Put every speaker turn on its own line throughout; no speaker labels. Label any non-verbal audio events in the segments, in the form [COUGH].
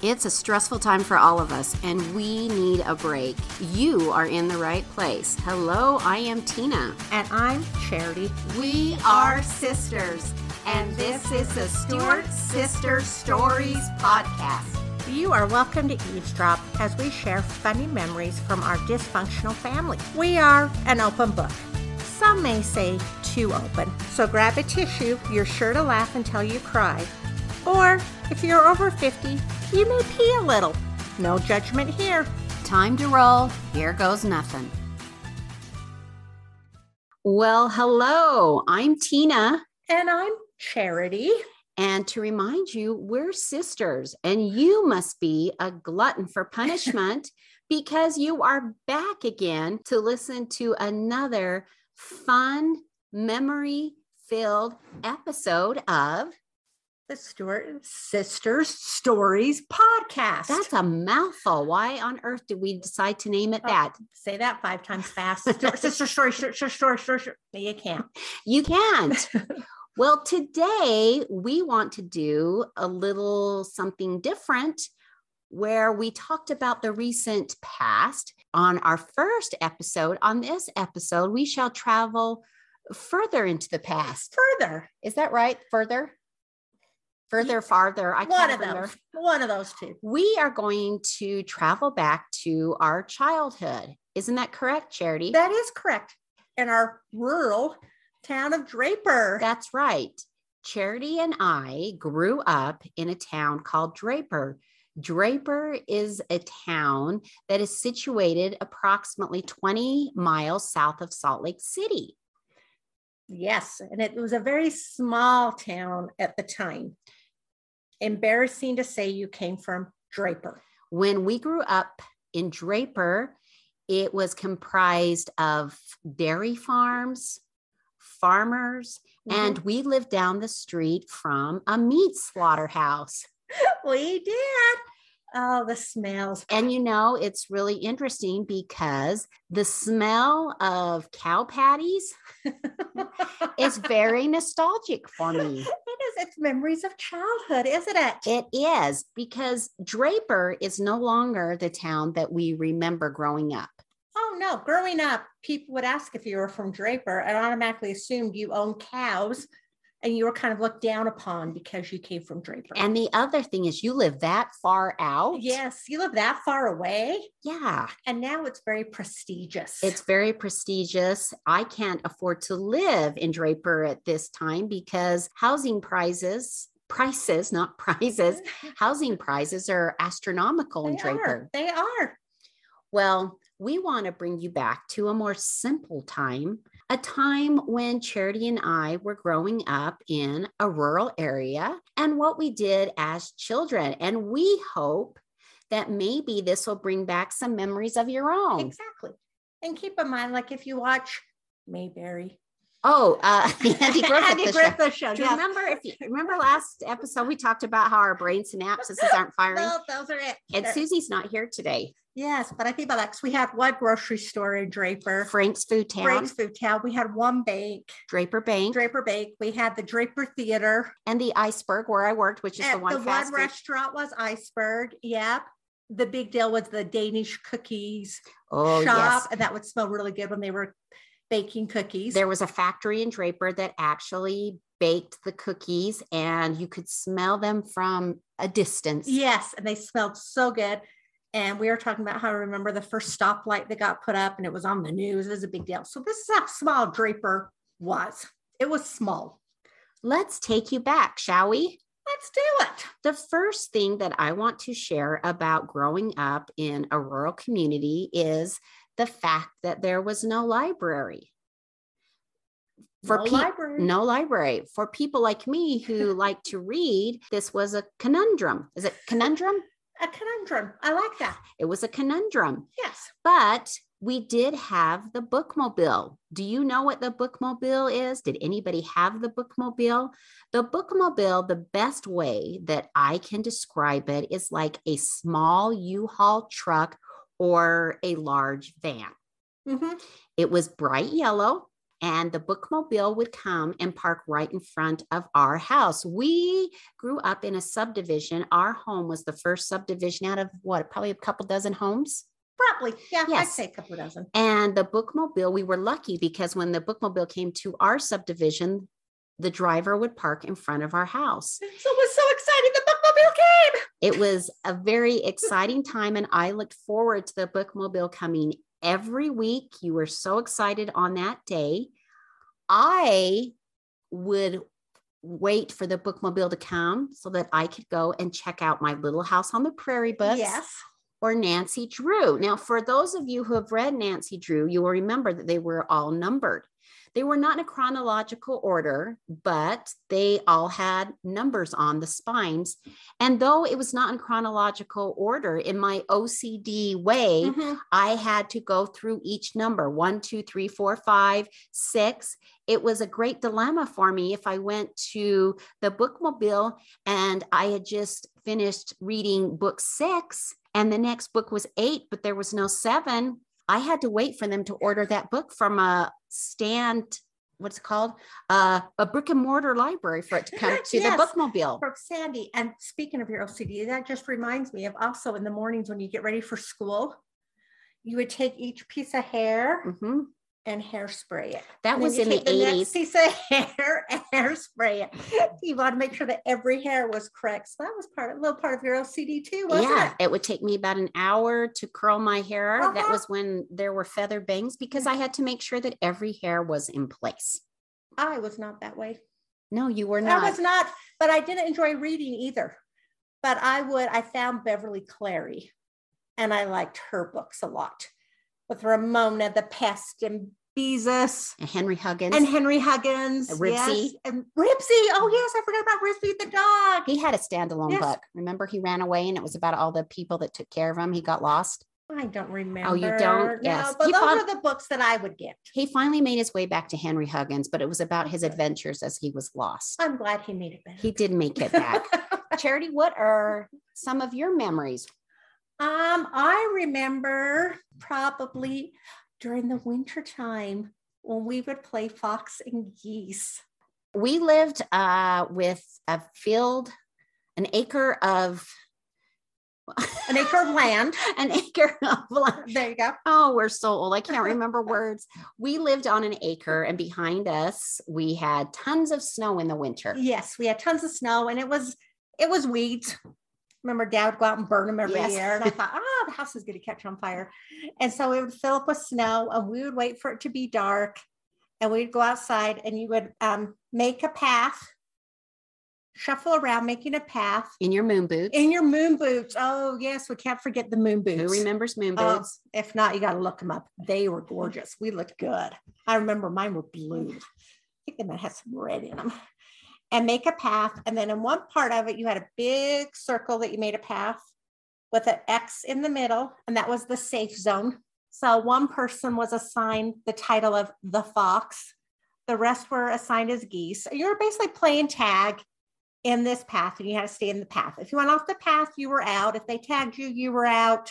It's a stressful time for all of us, and we need a break. You are in the right place. Hello, I am Tina.
And I'm Charity.
We are sisters, and this is the Stewart Sister Stories Podcast.
You are welcome to eavesdrop as we share funny memories from our dysfunctional family. We are an open book. Some may say too open. So grab a tissue, you're sure to laugh until you cry. Or if you're over 50, you may pee a little. No judgment here.
Time to roll. Here goes nothing. Well, hello. I'm Tina.
And I'm Charity.
And to remind you, we're sisters, and you must be a glutton for punishment because you are back again to listen to another fun, memory filled episode of
The Stewart Sisters Stories Podcast.
That's a mouthful. Why on earth did we decide to name it
Oh,
that?
Say that five times fast. Stewart Sister Stories, Stewart Sister Stories, Stewart Sister- You can't.
You
[LAUGHS]
can't. well, today we want to do a little something different where we talked about the recent past. On our first episode, on this episode, we shall travel further into the past.
Further,
Is that right? Further? Further, farther. I
one
can't
of
remember.
those, one of those two.
We are going to travel back to our childhood. Isn't that correct, Charity?
That is correct. In our rural town of Draper.
That's right. Charity and I grew up in a town called Draper. Draper is a town that is situated approximately 20 miles south of Salt Lake City.
Yes, and it was a very small town at the time. Embarrassing to say you came from Draper.
When we grew up in Draper, it was comprised of dairy farms, farmers,
Mm-hmm.
and we lived down the street from a meat slaughterhouse.
we did. Oh, the smells. [LAUGHS]
And you know, it's really interesting because the smell of cow patties
[LAUGHS]
is very nostalgic for
it
me.
is. It's memories of childhood, isn't it?
It is because Draper is no longer the town that we remember growing up.
Oh no, growing up, people would ask if you were from Draper and automatically assumed you owned cows and you were kind of looked down upon because you came from Draper.
And the other thing is, you live that far out.
yes, you live that far away
Yeah.
and now it's very prestigious.
It's very prestigious. I can't afford to live in Draper at this time because housing prices, prices, not [LAUGHS]
[LAUGHS]
prizes, housing prices are astronomical in
they
Draper.
are. They are.
Well, we want to bring you back to a more simple time, a time when Charity and I were growing up in a rural area and what we did as children. And we hope that maybe this will bring back some memories of your own.
Exactly. And keep in mind, like if you watch
[LAUGHS]
Mayberry,
Oh, [LAUGHS] uh, Andy Griffith.
Andy
the show.
Griffith show,
Do you
yes.
remember if you remember last episode we talked about how our brain synapses [LAUGHS] aren't firing?
No, those are it.
And
They're-
Susie's not here today.
yes, but I think about that 'cause we had one grocery store in Draper,
Frank's Food Town,
Frank's Food Town. We had one bank,
Draper Bank,
Draper Bank. We had the Draper Theater.
and the Iceberg where I worked, which is the
And
one fast food.
restaurant was Iceberg. Yep. The big deal was the Danish cookies
Oh
shop, and that would smell really good when they were baking
yes.
cookies.
There was a factory in Draper that actually baked the cookies and you could smell them from a distance.
Yes, and they smelled so good. And we were talking about how I remember the first stoplight that got put up and it was on the news. It was a big deal. So this is how small Draper was. It was small.
Let's take you back, shall we?
Let's do it.
The first thing that I want to share about growing up in a rural community is the fact that there was no library. For
no
pe-
library.
No library. For people like me
[LAUGHS]
who like to read, this was a conundrum. Is it conundrum?
A conundrum. I like that.
It was a conundrum.
Yes.
But we did have the bookmobile. Do you know what the bookmobile is? Did anybody have the bookmobile? The bookmobile, the best way that I can describe it is like a small U Haul truck or a large van.
hmm
It was bright yellow and the bookmobile would come and park right in front of our house. We grew up in a subdivision. Our home was the first subdivision out of what, probably a couple dozen homes?
Probably. Yeah, I'd
Yes.
say a couple dozen.
And the bookmobile, we were lucky because when the bookmobile came to our subdivision, the driver would park in front of our house.
So it was so exciting. The bookmobile came.
It was a very exciting time, and I looked forward to the bookmobile coming every week. You were so excited on that day. I would wait for the bookmobile to come so that I could go and check out my Little House on the Prairie books
Yes.
or Nancy Drew. Now, for those of you who have read Nancy Drew, you will remember that they were all numbered. They were not in a chronological order, but they all had numbers on the spines. And though it was not in chronological order, in my OCD way,
Mhm.
I had to go through each number one, two, three, four, five, six. It was a great dilemma for me if I went to the bookmobile and I had just finished reading book six and the next book was eight, but there was no seven. I had to wait for them to order that book from a stand, what's it called? Uh, a brick and mortar library for it to
[LAUGHS]
come to
Yes.
the bookmobile.
For Sandy, and speaking of your OCD, that just reminds me of also in the mornings when you get ready for school, you would take each piece of hair
hmm
and hairspray it.
That
And then
was
you
in the
take next
80s.
Piece of [LAUGHS] hair and hairspray it. You want to make sure that every hair was correct. So that was part of a little part of your OCD too, wasn't
yeah,
it?
it? would take me about an hour to curl my hair. That
Uh-huh.
was when there were feather bangs because I had to make sure that every hair was in place.
I was not that way.
No, you were
I
not.
was not, but I didn't enjoy reading either. But I would, I found Beverly Clary and I liked her books a lot with Ramona the Pest and Beezus
And Henry Huggins,
and Henry Huggins.
And Ripsey.
yes, and Ripsey. Oh, yes, I forgot about Ripsey the dog.
he had a standalone
Yes.
book. Remember, he ran away and it was about all the people that took care of him. He got lost.
I don't remember.
Oh, don't? Yes.
No, but
You
those
bought-
are the books that I would get.
He finally made his way back to Henry Huggins, but it was about his
Okay.
adventures as he was lost.
I'm glad he made it better.
He did make it back. Uh, [LAUGHS]
[LAUGHS]
Charity, what are some of your memories?
Um, I remember probably during the winter time when we would play fox and geese.
we lived uh, with a field, an acre of
An acre of land.
an [LAUGHS] acre of land.
There you go.
Oh, we're so old. I can't remember words. We lived on an acre, and behind us, we had tons of snow in the winter.
Yes, we had tons of snow and it was it was weeds. Remember, Dad would go out and burn them every
Yes.
year. And I thought, oh, the house is going to catch on fire. And so it would fill up with snow and we would wait for it to be dark. And we'd go outside and you would um, make a path, shuffle around, making a path.
In your moon boots.
In your moon boots. Oh, yes. We can't forget the moon
Who
boots.
remembers moon
Oh,
boots?
if not, you got to look them up. They were gorgeous. We looked good. I remember mine were blue. I think they might have some red in them. And make a path. And then in one part of it, you had a big circle that you made a path with an X in the middle. And that was the safe zone. So one person was assigned the title of the fox, the rest were assigned as geese. You were basically playing tag in this path and you had to stay in the path. If you went off the path, you were out. If they tagged you, you were out.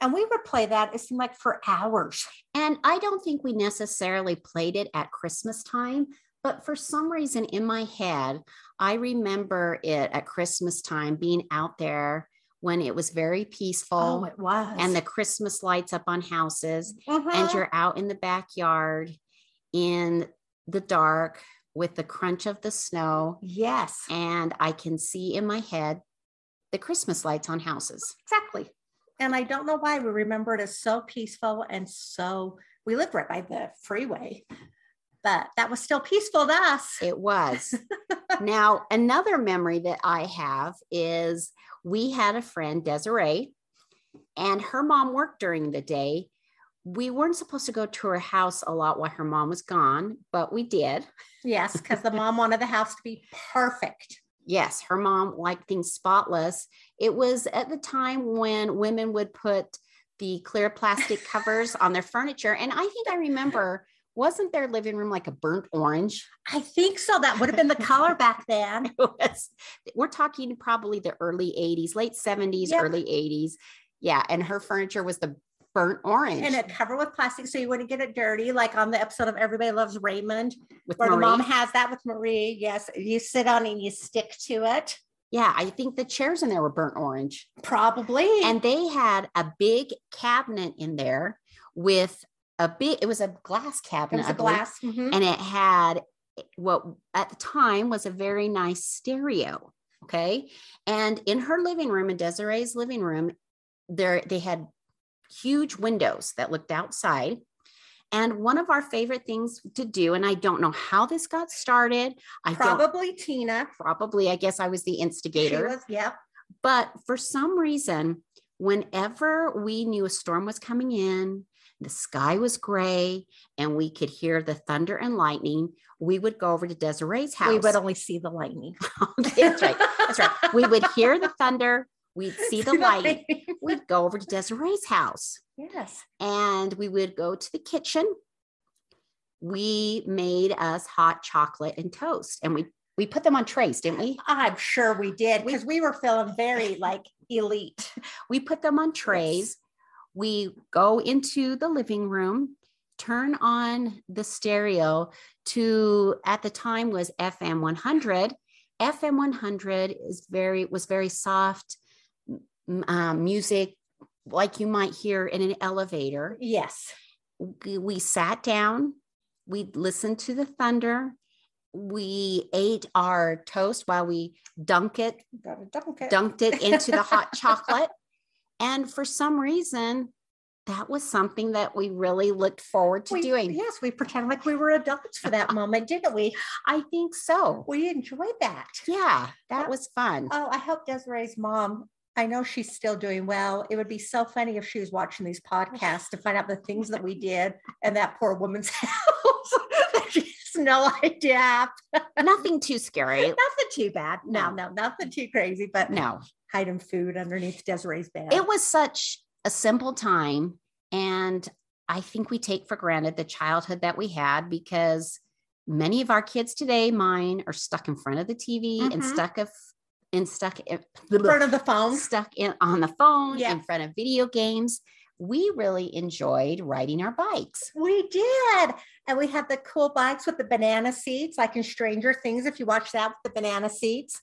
And we would play that, it seemed like for hours.
And I don't think we necessarily played it at Christmas time, but for some reason in my head, I remember it at Christmas time being out there when it was very peaceful.
Oh, it was.
and the Christmas lights up on houses, and
Mhm.
you're out in the backyard in the dark with the crunch of the snow.
yes,
And I can see in my head the Christmas lights on houses.
exactly. And I don't know why we remember it as so peaceful and so we lived right by the freeway, but that was still peaceful to us.
It was. now, another memory that I have is we had a friend, Desiree, and her mom worked during the day. We weren't supposed to go to her house a lot while her mom was gone, but we did.
yes, because the mom wanted the house to be perfect.
Yes, her mom liked things spotless. It was at the time when women would put the clear plastic covers on their furniture. And I think I remember, wasn't their living room like a burnt orange? [LAUGHS]
I think so. That would have been the color back then.
It was- We're talking probably the early 80s, late 70s,
Yep.
early 80s. Yeah. And her furniture was the burnt orange
and it covered with plastic so you wouldn't get it dirty, like on the episode of Everybody Loves Raymond,
with
where the
Marie.
mom has that with Marie. Yes, you sit on it and you stick to it.
yeah, I think the chairs in there were burnt orange.
Probably.
And they had a big cabinet in there with a big, it was a glass
it
cabinet.
was
I
a
believe,
glass. mhm.
And it had what at the time was a very nice stereo. Okay. And in her living room, in Desiree's living room, there they had huge windows that looked outside. And one of our favorite things to do, and I don't know how this got started. I don't,
Probably Tina.
probably, I guess I was the
She
instigator.
was, yep.
But for some reason, whenever we knew a storm was coming in, the sky was gray, and we could hear the thunder and lightning, we would go over to Desiree's house.
We would only see the lightning. [LAUGHS]
[LAUGHS] That's right. That's right. We would hear the thunder, we'd see the lightning. We'd go over to Desiree's house
Yes.
and we would go to the kitchen. We made us hot chocolate and toast, and we we put them on trays, didn't we?
I'm sure we did because we were feeling [LAUGHS] very like elite.
We put them on trays. We go into the living room, turn on the stereo to at the time was FM 100. FM 100 is very was very soft m- um, music like you might hear in an elevator.
Yes.
We we sat down, we listened to the thunder, we ate our toast while we dunk it
Gotta dunk it.
dunked it into the hot chocolate. And for some reason, that was something that we really looked forward to
We-
doing.
Yes, we pretended like we were adults for [LAUGHS] that moment, didn't we?
I think so.
We enjoyed that.
Yeah, that
Uh,
was fun.
Oh, I hope Desiree's mom. I know she's still doing well. It would be so funny if she was watching these podcasts to find out the things that
[LAUGHS]
we did and that poor woman's [LAUGHS] house. she has no idea.
Nothing too scary.
Nothing too bad. No, no, nothing too crazy, but
No,
hiding food underneath Desiree's bed.
it was such a simple time. And I think we take for granted the childhood that we had because many of our kids today, mine, are stuck in front of the TV and
Mhm.
stuck of and stuck in
in front of the phone.
stuck in on the phone
Yeah.
in front of video games. We really enjoyed riding our bikes.
We did. And we had the cool bikes with the banana seats, like in Stranger Things, if you watch that with the banana seats.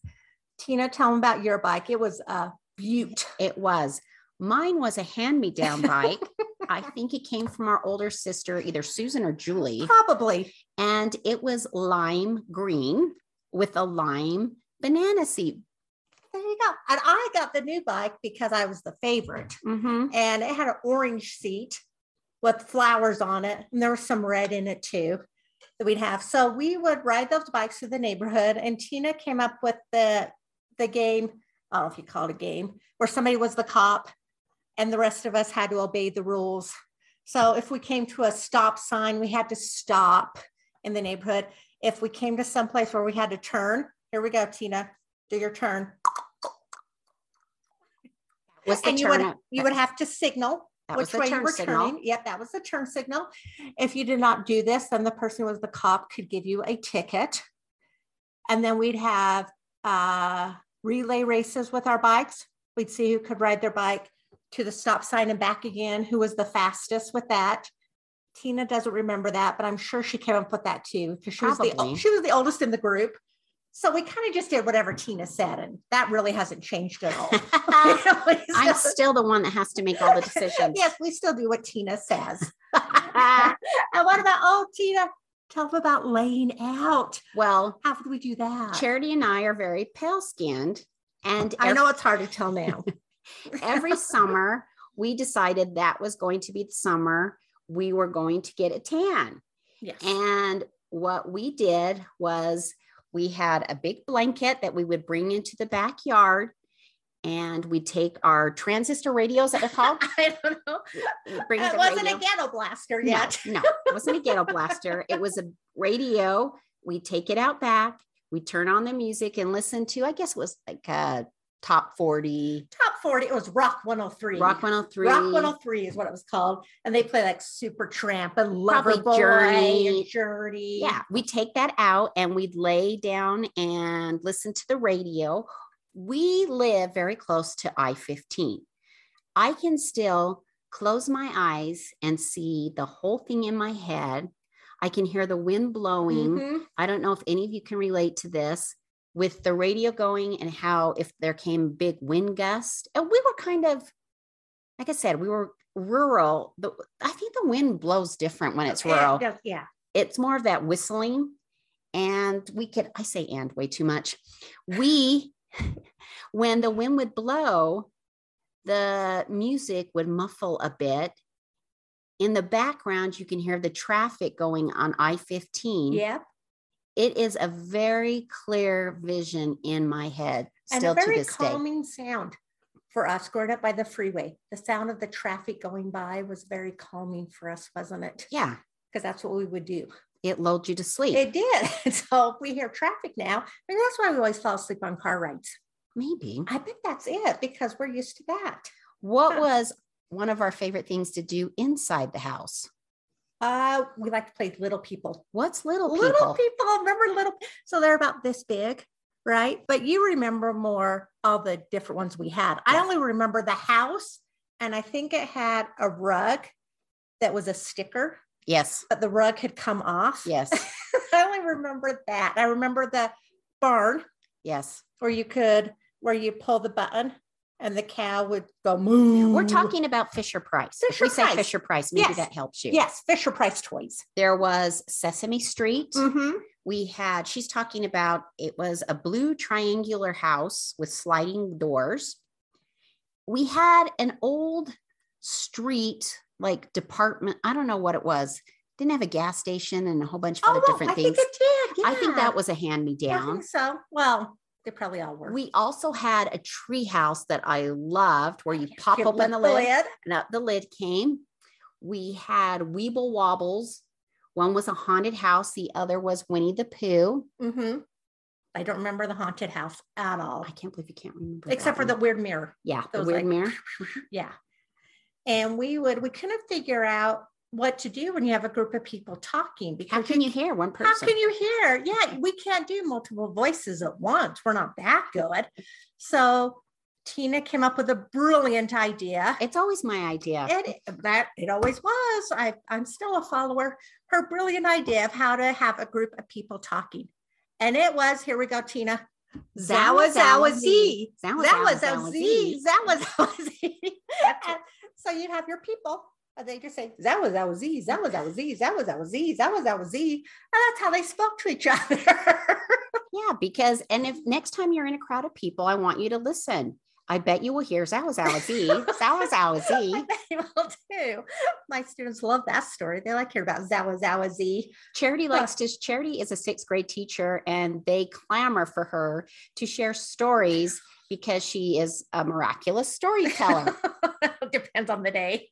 Tina, tell them about your bike. It was a beaut.
It was mine was a
[LAUGHS]
hand-me-down bike. I think it came from our older sister, either Susan or Julie,
Probably.
and it was lime green with a lime banana seat.
There you go. And I got the new bike because I was the favorite.
Mhm.
And it had an orange seat with flowers on it. And there was some red in it too that we'd have. So we would ride those bikes through the neighborhood. And Tina came up with the the game. I don't know if you call it a game, where somebody was the cop and the rest of us had to obey the rules. So if we came to a stop sign, we had to stop in the neighborhood. If we came to someplace where we had to turn, here we go, Tina, do your turn.
Was the
And you
turn
would,
up-
you would have to signal
that was
which
the
way you
turn
were
signal.
turning. Yep, that was the turn signal. If you did not do this, then the person who was the cop could give you a ticket. And then we'd have uh, relay races with our bikes. We'd see who could ride their bike to the stop sign and back again, who was the fastest with that. Tina doesn't remember that, but I'm sure she came up with that too because she was the
Probably.
she was the oldest in the group. So we kind of just did whatever Tina said, and that really hasn't changed at
[LAUGHS]
all. [LAUGHS]
I'm still the one that has to make all the
[LAUGHS]
decisions.
Yes, we still do what Tina says.
[LAUGHS]
[LAUGHS] and what about oh Tina? Tell them about laying out.
Well,
How would we do that?
Charity and I are very pale skinned. And
I know it's hard to tell now.
[LAUGHS] every summer we decided that was going to be the summer we were going to get a tan
[LAUGHS] yes.
and what we did was we had a big blanket that we would bring into the backyard and we take our transistor radios that they're
[LAUGHS]
called
I don't know.
we'd bring
It
the
wasn't
radio.
a ghetto blaster
No,
yet.
No, it wasn't a ghetto
[LAUGHS]
blaster. It was a radio. We take it out back. We turn on the music and listen to, I guess it was like a top 40,
Top 40. It was Rock 103.
Rock 103.
Rock 103 is what it was called. And they play like Super Tramp and Lover
Probably Journey.
and Journey.
Yeah, we take that out and we lay down and listen to the radio. We live very close to I 15. I can still close my eyes and see the whole thing in my head. I can hear the wind blowing.
Mhm.
I don't know if any of you can relate to this with the radio going and how if there came big wind gust, and we were kind of, like I said, we were rural. The, I think the wind blows different when it's
Yeah,
rural.
yeah, Yeah.
It's more of that whistling. And we could, I say and way too much. We, [LAUGHS] when the wind would blow, the music would muffle a bit. In the background, you can hear the traffic going on I 15
Yep.
it is a very clear vision in my head
And
still
a
to
very
this day.
calming sound for us growing up by the freeway. The sound of the traffic going by was very calming for us, wasn't it?
Yeah,
Because that's what we would do.
it lulled you to sleep.
It did. [LAUGHS] So we hear traffic now. And that's why we always fall asleep on car rides.
Maybe.
I bet that's it because we're used to that.
What
Huh.
was one of our favorite things to do inside the house?
Uh, we like to play little people.
What's little people?
Little people, remember little. So they're about this big, right? But you remember more of the different ones we had. I only remember the house, and I think it had a rug that was a sticker,
Yes.
but the rug had come off.
Yes.
[LAUGHS] I only remember that. I remember the barn
Yes.
where you could, where you pull the button and the cow would go moo.
We're talking about Fisher Price. If
Mm. Fisher
we say
Price.
Fisher Price. Maybe
Yes.
that helps you.
Yes, Fisher Price toys.
There was Sesame Street.
Mm-hmm.
We had, she's talking about it was a blue triangular house with sliding doors. We had an old street, like department, I don't know what it was. Didn't have a gas station and a whole bunch of other
Oh, well,
different
I
things.
Think it did.
I think
yeah.
that was a hand me
I
down.
think so. Well, they probably all were.
We also had a tree house that I loved where you pop
Could
open the
lift
lid and up the lid came. We had Weeble Wobbles. One was a haunted house, the other was Winnie the Pooh.
lid. Mhm. I don't remember the haunted house at all,
I can't believe you can't remember. that
except for
one.
the weird mirror.
Yeah, the
Those,
weird
like,
mirror.
Yeah. And we would, we couldn't figure out what to do when you have a group of people talking
How
because
can you hear one person?
How can you hear? Yeah, we can't do multiple voices at once. We're not that good. So Tina came up with a brilliant idea.
It's always my idea.
It that it always was. I, I'm still a follower. Her brilliant idea of how to have a group of people talking, and it was here we go, Tina. Zawa Zawa Z.
Zawa
That
Zawa
was
Zawa Z.
E. Z. That was [LAUGHS] Z. And So you have your people. And they just say that was that was Z, that was that was Z, that was that was Z, that was that was Z, and that's how they spoke to each [LAUGHS] other.
Yeah, because and if next time you're in a crowd of people, I want you to listen. I bet you will hear Zawa Zawa Z. Zawa Zawa Z.
they will do. My students love that story. They like hear about Zawa Zawa Z.
Charity likes to Charity is a sixth grade teacher and they clamor for her to share stories because she is a miraculous [LAUGHS]
[LAUGHS]
storyteller.
Depends on the day.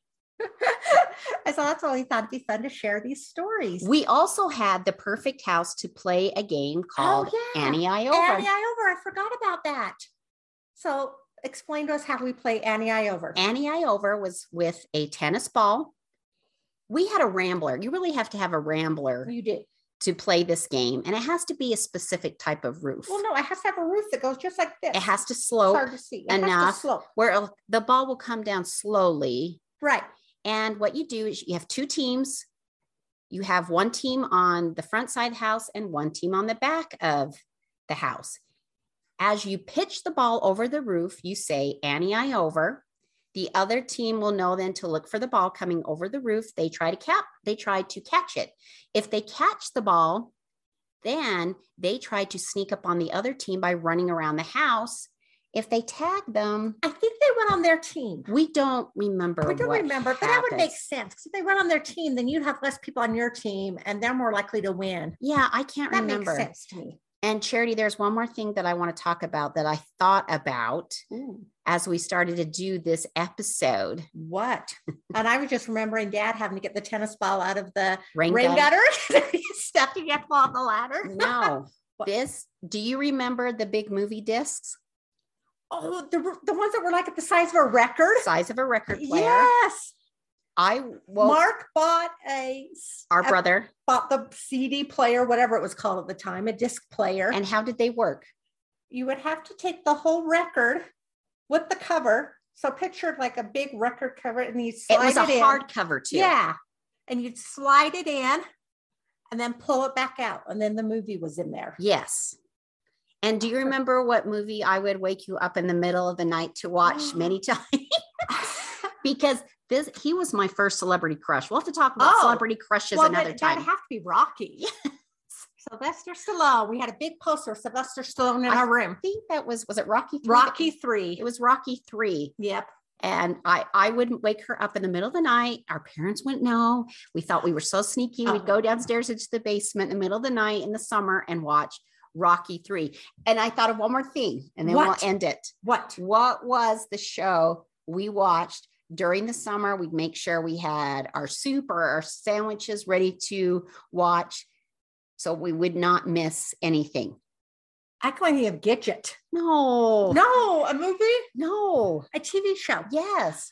and so that's why we thought it'd be fun to share these stories.
we also had the perfect house to play a game called
Oh, yeah.
Annie I over.
Annie I over. I forgot about that. So explain to us how we play Annie I over.
Annie Iova was with a tennis ball. We had a rambler. You really have to have a rambler
Oh, you do.
to play this game, and it has to be a specific type of roof.
Well, no, it has to have a roof that goes just like this.
It has to
it's
slope
hard to see.
enough.
slope.
where it'll- the ball will come down slowly.
Right.
And what you do is you have two teams. You have one team on the front side house and one team on the back of the house. As you pitch the ball over the roof, you say Annie I over. The other team will know then to look for the ball coming over the roof. They try to cap, they try to catch it. If they catch the ball, then they try to sneak up on the other team by running around the house. If they tag them,
I think they went on their team.
we don't remember.
We don't
what
remember, but that would make
happens.
sense. 'cause if they went on their team, then you'd have less people on your team and they're more likely to win.
Yeah, I can't
That
remember.
makes sense to me.
And Charity, there's one more thing that I want to talk about that I thought about as we started to do this episode.
What? and I was just remembering dad having to get the tennis ball out of the
Rain,
rain
gutter?
gutter. [LAUGHS] Stuff you get on the ladder.
[LAUGHS] No.
What?
this, do you remember the big movie discs?
Oh, the, the ones that were like at the size of a record.
Size of a record player.
Yes.
I woke
Mark bought a s-
our
a-
brother.
bought the CD player, whatever it was called at the time, a disc player.
And how did they work?
you would have to take the whole record with the cover, So picture like a big record cover and you slide
It
it,
was a
in.
hardcover too.
Yeah. And you'd slide it in and then pull it back out. And then the movie was in there.
Yes. And do you remember what movie I would wake you up in the middle of the night to [GASPS] watch many times? [LAUGHS] because this he was my first celebrity crush. We'll have to talk about
Oh.
celebrity crushes
well,
another
that,
time.
That'd have to be Rocky. [LAUGHS] Sylvester Stallone. We had a big poster of Sylvester Stallone in
I-
our room.
I think that was was it Rocky? III?
Rocky three.
It was Rocky three.
Yep.
And I I wouldn't wake her up in the middle of the night. Our parents wouldn't know. We thought we were so sneaky.
Oh.
We'd go downstairs into the basement in the middle of the night in the summer and watch Rocky three. And I thought of one more thing, and then
What?
we'll end it.
What?
What was the show we watched during the summer? We'd make sure we had our soup or our sandwiches ready to watch so we would not miss anything.
I can only have Gidget.
No,
No, a movie?
no.
A TV show.
Yes.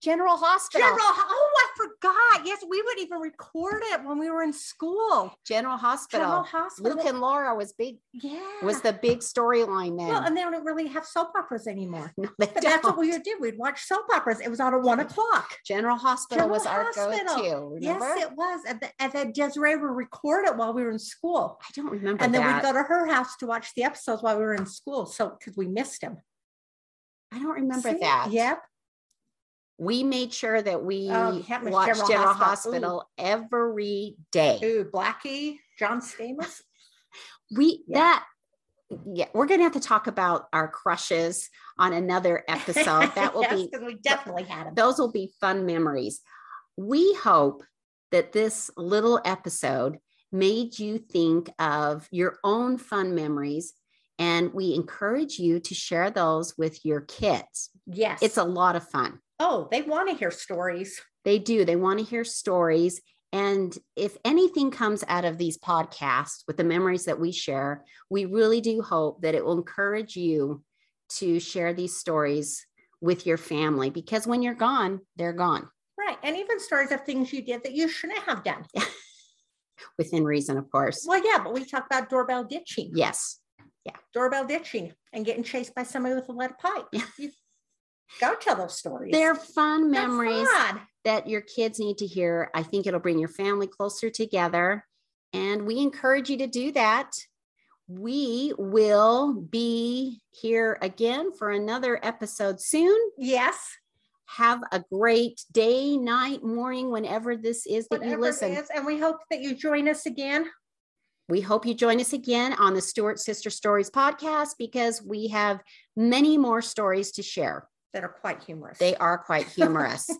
General Hospital.
General, oh, I forgot. Yes, we would even record it when we were in school.
General Hospital.
General Hospital.
Luke and Laura was big
yeah.
was the big storyline then.
well, and they don't really have soap operas anymore.
[LAUGHS] no, they
But that's what
don't.
we would do. We'd watch soap operas. It was on at one o'clock.
General Hospital was
General
our
Hospital.
go-to. Remember?
Yes, it was. And, the, and then Desiree would record it while we were in school.
I don't remember.
And then we'd
that.
go to her house to watch the episodes while we were in school. So, because we missed him.
I don't remember
See?
that.
Yep.
we made sure that we
Oh, yeah, it was
watched
General
General,
Hospital.
Hospital every day.
Ooh, Blackie,
[LAUGHS]
John Stamos.
We
Yeah.
that yeah, we're gonna have to talk about our crushes on another
[LAUGHS]
episode. That will be
because we definitely had him.
those will be fun memories. We hope that this little episode made you think of your own fun memories. And we encourage you to share those with your kids.
Yes.
It's a lot of fun.
oh, they want to hear stories.
They do. They want to hear stories. And if anything comes out of these podcasts with the memories that we share, we really do hope that it will encourage you to share these stories with your family because when you're gone, they're gone
Right. And even stories of things you did that you shouldn't have done.
within reason, of course.
Well, yeah, but we talked about doorbell ditching.
Yes.
Doorbell ditching and getting chased by somebody with a lead pipe. You Go tell those stories.
They're fun
They're
memories
fun.
that your kids need to hear. I think it'll bring your family closer together. And we encourage you to do that. We will be here again for another episode soon.
Yes.
Have a great day, night, morning, whenever this is that you
Whatever
listen.
it is. And we hope that you join us again.
We hope you join us again on the Stewart Sister Stories podcast because we have many more stories to share.
That are quite humorous.
They are quite humorous.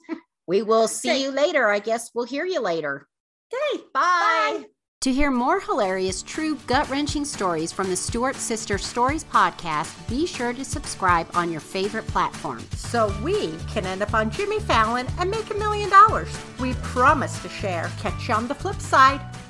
we will see you later. I guess we'll hear you later.
Okay.
Bye. To hear more hilarious, true, gut wrenching stories from the Stewart Sister Stories podcast, be sure to subscribe on your favorite platform.
So we can end up on Jimmy Fallon and make a million dollars. We promise to share. Catch you on the flip side.